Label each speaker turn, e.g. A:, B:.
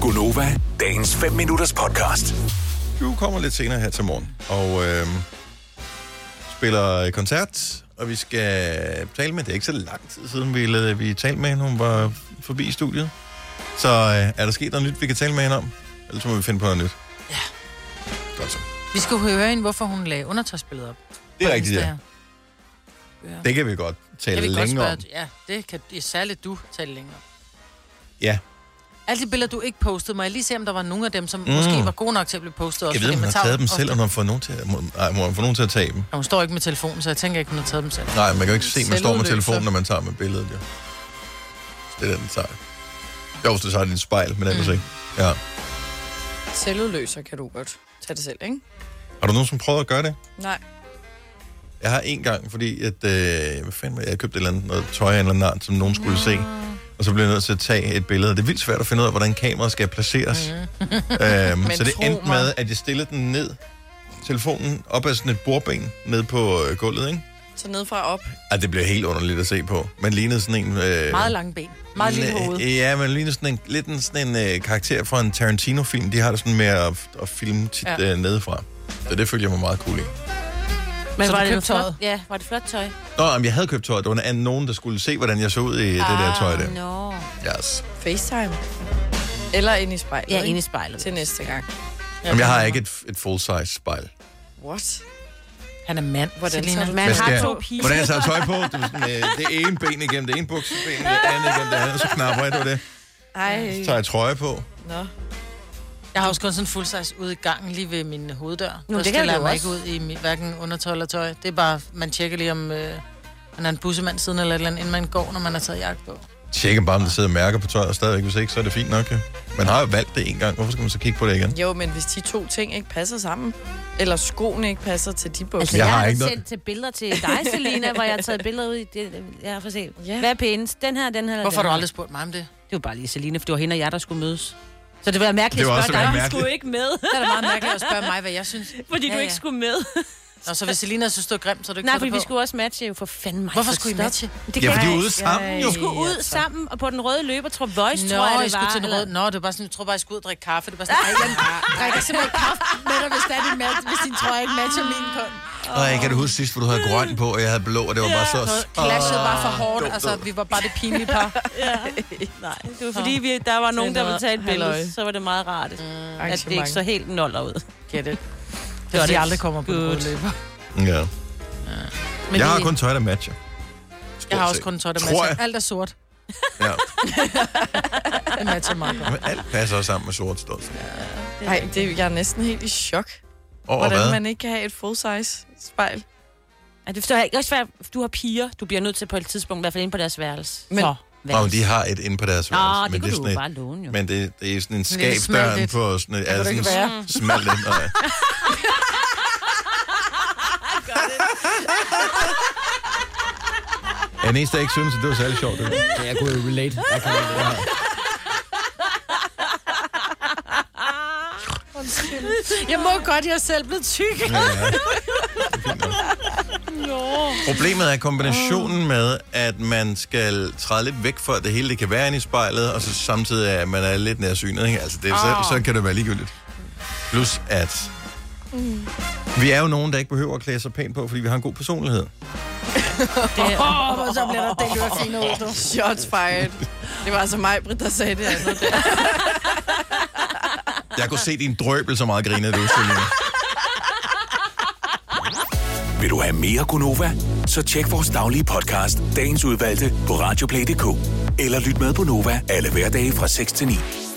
A: Gunova, dagens 5 minutters podcast.
B: Du kommer lidt senere her til morgen, og øh, spiller koncert, og vi skal tale med, det er ikke så lang tid siden, vi, lavede- vi talte med hende, hun var forbi i studiet. Så øh, er der sket noget nyt, vi kan tale med hende om? Ellers må vi finde på noget nyt.
C: Ja.
B: Godt så.
C: Vi skal jo høre hende, hvorfor hun lagde undertøjsbilledet op.
B: Det er
C: På
B: rigtigt,
C: Insta.
B: ja. Det kan vi godt tale
C: Jeg vil godt
B: længe
C: spørge,
B: om.
C: ja, det kan det er særligt du tale længere om.
B: Ja,
C: Alle de billeder, du ikke postede, må jeg lige se, om der var nogen af dem, som
B: Mm.
C: mm. måske var gode nok til at blive postet. Også,
B: jeg ved, om
C: fordi
B: hun
C: man
B: har
C: tager
B: taget
C: jo
B: dem selv, og hun har fået nogen til, at- må, ej, må hun få nogen til at tage dem.
C: Ja, hun står ikke med telefonen, så jeg tænker ikke, hun har taget dem selv.
B: Nej, man kan jo ikke se, man står med
C: Selvudløser.
B: telefonen, når man tager med billedet, jo. Det er den, den tager. Jo, hvis du tager din spejl, men ellers mm.
D: Mm.
B: ikke. Ja.
D: Selvudløser kan du godt tage det selv, ikke?
B: Har du nogen, som prøvet at gøre det?
D: Nej.
B: Jeg har en gang, fordi at, øh, hvad fanden var det? jeg købte et eller andet noget tøj af en eller anden art, som nogen skulle se. Og så blev jeg nødt til at tage et billede. Det er vildt svært at finde ud af, hvordan kameraet skal placeres. Mm. Øhm,
E: Men
B: så det
E: tro
B: endte
E: mig.
B: med, at jeg stillede den ned, telefonen op ad sådan et bordben ned på øh, gulvet, ikke?
D: Så nedefra og op.
B: Ej, det blev helt underligt at se på. Man lignede sådan en... Øh,
C: Meget lange ben. Meget lille
B: Næ-
C: hoved.
B: Ja, men ligner sådan en, lidt en, sådan en øh, karakter fra en Tarantino-film. De har det sådan med at, at filme tit ja.
C: Ja.
B: øh, nedefra. Så det følte jeg mig meget cool i.
F: Men
C: Så
F: var
C: du
F: det
C: købte
F: flot?
C: tøjet?
F: Ja, var det flot tøj?
B: Nå, men jeg havde købt tøj. Det var en- nogen, der skulle se, hvordan jeg så ud i ah, det der tøj der.
F: Nå.
B: Yes.
D: FaceTime. Eller ind i spejlet.
F: Ja,
D: ikke?
F: ind i spejlet.
D: Til næste gang.
B: Jamen, jeg har ikke et, et full-size spejl.
D: What?
C: Han er mand.
D: Hvordan
C: Selina.
D: så du-
C: Man
B: Hvad skal
C: har
B: jeg-
C: to piger.
B: Hvordan jeg tager tøj på? Det, er sådan, øh, det ene ben igennem det ene bukseben, det andet igennem det andet, og så knapper jeg det. var det. Så
D: Ej.
B: tager jeg trøje på.
D: Nå.
C: Jeg har også kun sådan fuld size ude i gangen lige ved min hoveddør.
F: Nå,
C: Nu,
F: det
C: det
F: kan
C: stiller
F: jeg
C: jeg
F: jo
C: mig
F: også.
C: ikke ud i mi- hverken undertøj eller tøj. Det er bare, man tjekker lige om øh, man er en bussemand siden eller et eller andet, inden man går, når man har taget jagt på.
B: Tjekker bare, om der sidder mærker på tøjet stadigvæk. Hvis ikke, så er det fint nok. Ja. Man har jo valgt det en gang. Hvorfor skal man så kigge på det igen?
D: Jo, men hvis de to ting ikke passer sammen, eller skoene ikke passer til de bukser.
F: Altså,
B: Jeg
F: jeg, jeg
B: har
F: har,
B: ikke
F: da
B: noget-
F: sendt til billeder til dig, Selina, hvor jeg har taget billeder ud i det. Jeg har fået set.
D: Ja.
F: Hvad er pænest? Den her, den her. eller
C: Hvorfor har
F: den
C: du
F: her?
C: aldrig spurgt mig om det?
F: Det var bare lige Selina, for det var hende og jeg, der skulle mødes. Så det var mærkeligt
B: Det var
F: at
B: også
F: spørge dig,
B: være
F: om du skulle
B: mærkeligt.
F: ikke med,
C: Det er da meget mærkeligt at spørge mig, hvad jeg synes.
F: fordi
C: Ja,
F: du
C: ja.
F: ikke skulle med.
C: Nå, så hvis Selina synes, det er grimt, så er du ikke
F: Nej,
C: fået
F: fordi
C: det
F: vi
C: på.
F: skulle også matche jo for fanden mig.
C: Hvorfor
F: for
C: skulle I
F: stop.
C: matche?
F: Det
B: Ja,
F: kan
B: fordi I
F: jeg
B: er
F: ikke.
B: ude sammen, jo.
F: Vi skulle ud sammen og på den røde løber, tror Voice,
C: Nå,
F: tror jeg, det var.
C: jeg skulle til den
F: eller-
C: røde. Nå, det var bare sådan, jeg tror bare, jeg skulle ud og drikke kaffe. Det var sådan, ej, jeg drikker simpelthen ikke kaffe med dig, hvis, det er din mat- hvis din trøje ikke matcher min på.
B: Og jeg kan du huske sidst, hvor du havde grøn på, og jeg havde blå, og det var bare så...
C: Clashede bare for hårdt,
B: dumt,
C: altså
B: dumt.
C: vi var bare det pinlige par.
F: Nej, det var fordi, vi, der var nogen,
D: Det er
F: der ville tage et
D: noget
F: billede,
D: halløj.
F: så var det meget rart, mm, at det
D: Arrangement.
F: ikke så helt noller ud.
C: Get it. Det
F: Got
C: er fordi, jeg
F: it.
C: aldrig kommer på den
F: Good.
C: røde løber.
B: Ja.
C: Men
B: Jeg har
C: det-
B: kun tøj, der matcher.
C: Jeg har også
B: set.
C: kun tøj, der
B: Tror
C: matcher.
B: jeg.
C: Alt er sort.
B: Ja.
C: Det matcher meget godt.
B: Men alt passer også sammen med sort stål. Ja.
D: Nej, det, jeg er næsten helt i chok,
B: Over
D: hvordan
B: hvad?
D: man ikke kan have et full-size spejl.
F: Ej, det forstår jeg ikke. Også svært, du har piger, du bliver nødt til på et tidspunkt, i hvert fald inde på deres værelse.
D: Men-
F: så,
B: Nå, men de har et inde på deres
F: Nå,
B: værelse,
F: det kunne
B: er
F: du
B: sådan
F: jo
B: et,
F: bare låne, jo.
B: Men det, det er sådan en
C: Lille
B: skabsdøren
C: smallet.
B: på sådan et...
C: kan
B: Er
C: det
B: sådan
C: ikke
B: en smalt ind, og, Jeg er den eneste, der ikke synes, at det var særlig sjovt. Det der.
G: Ja, jeg kunne jo relate. Jeg kan relate. Ja.
C: Jeg må godt, jeg er selv blevet tyk.
B: Ja, ja. Problemet er kombinationen med, at man skal træde lidt væk for, at det hele det kan være inde i spejlet, og så samtidig er, at man er lidt nærsynet. Ikke? Altså, det, så, så kan det være ligegyldigt. Plus at... Vi er jo nogen, der ikke behøver at klæde sig pænt på, fordi vi har en god personlighed.
C: Og så bliver der delt ud af fine ud. nu.
D: Shots fired. Det var altså mig, Britt, der sagde det andet. Der.
B: Jeg kunne se din drøbel, så meget grinede du, Selina.
A: Vil du have mere Gunova? Så tjek vores daglige podcast, dagens udvalgte, på radioplay.dk. Eller lyt med på Nova alle hverdage fra 6 til 9.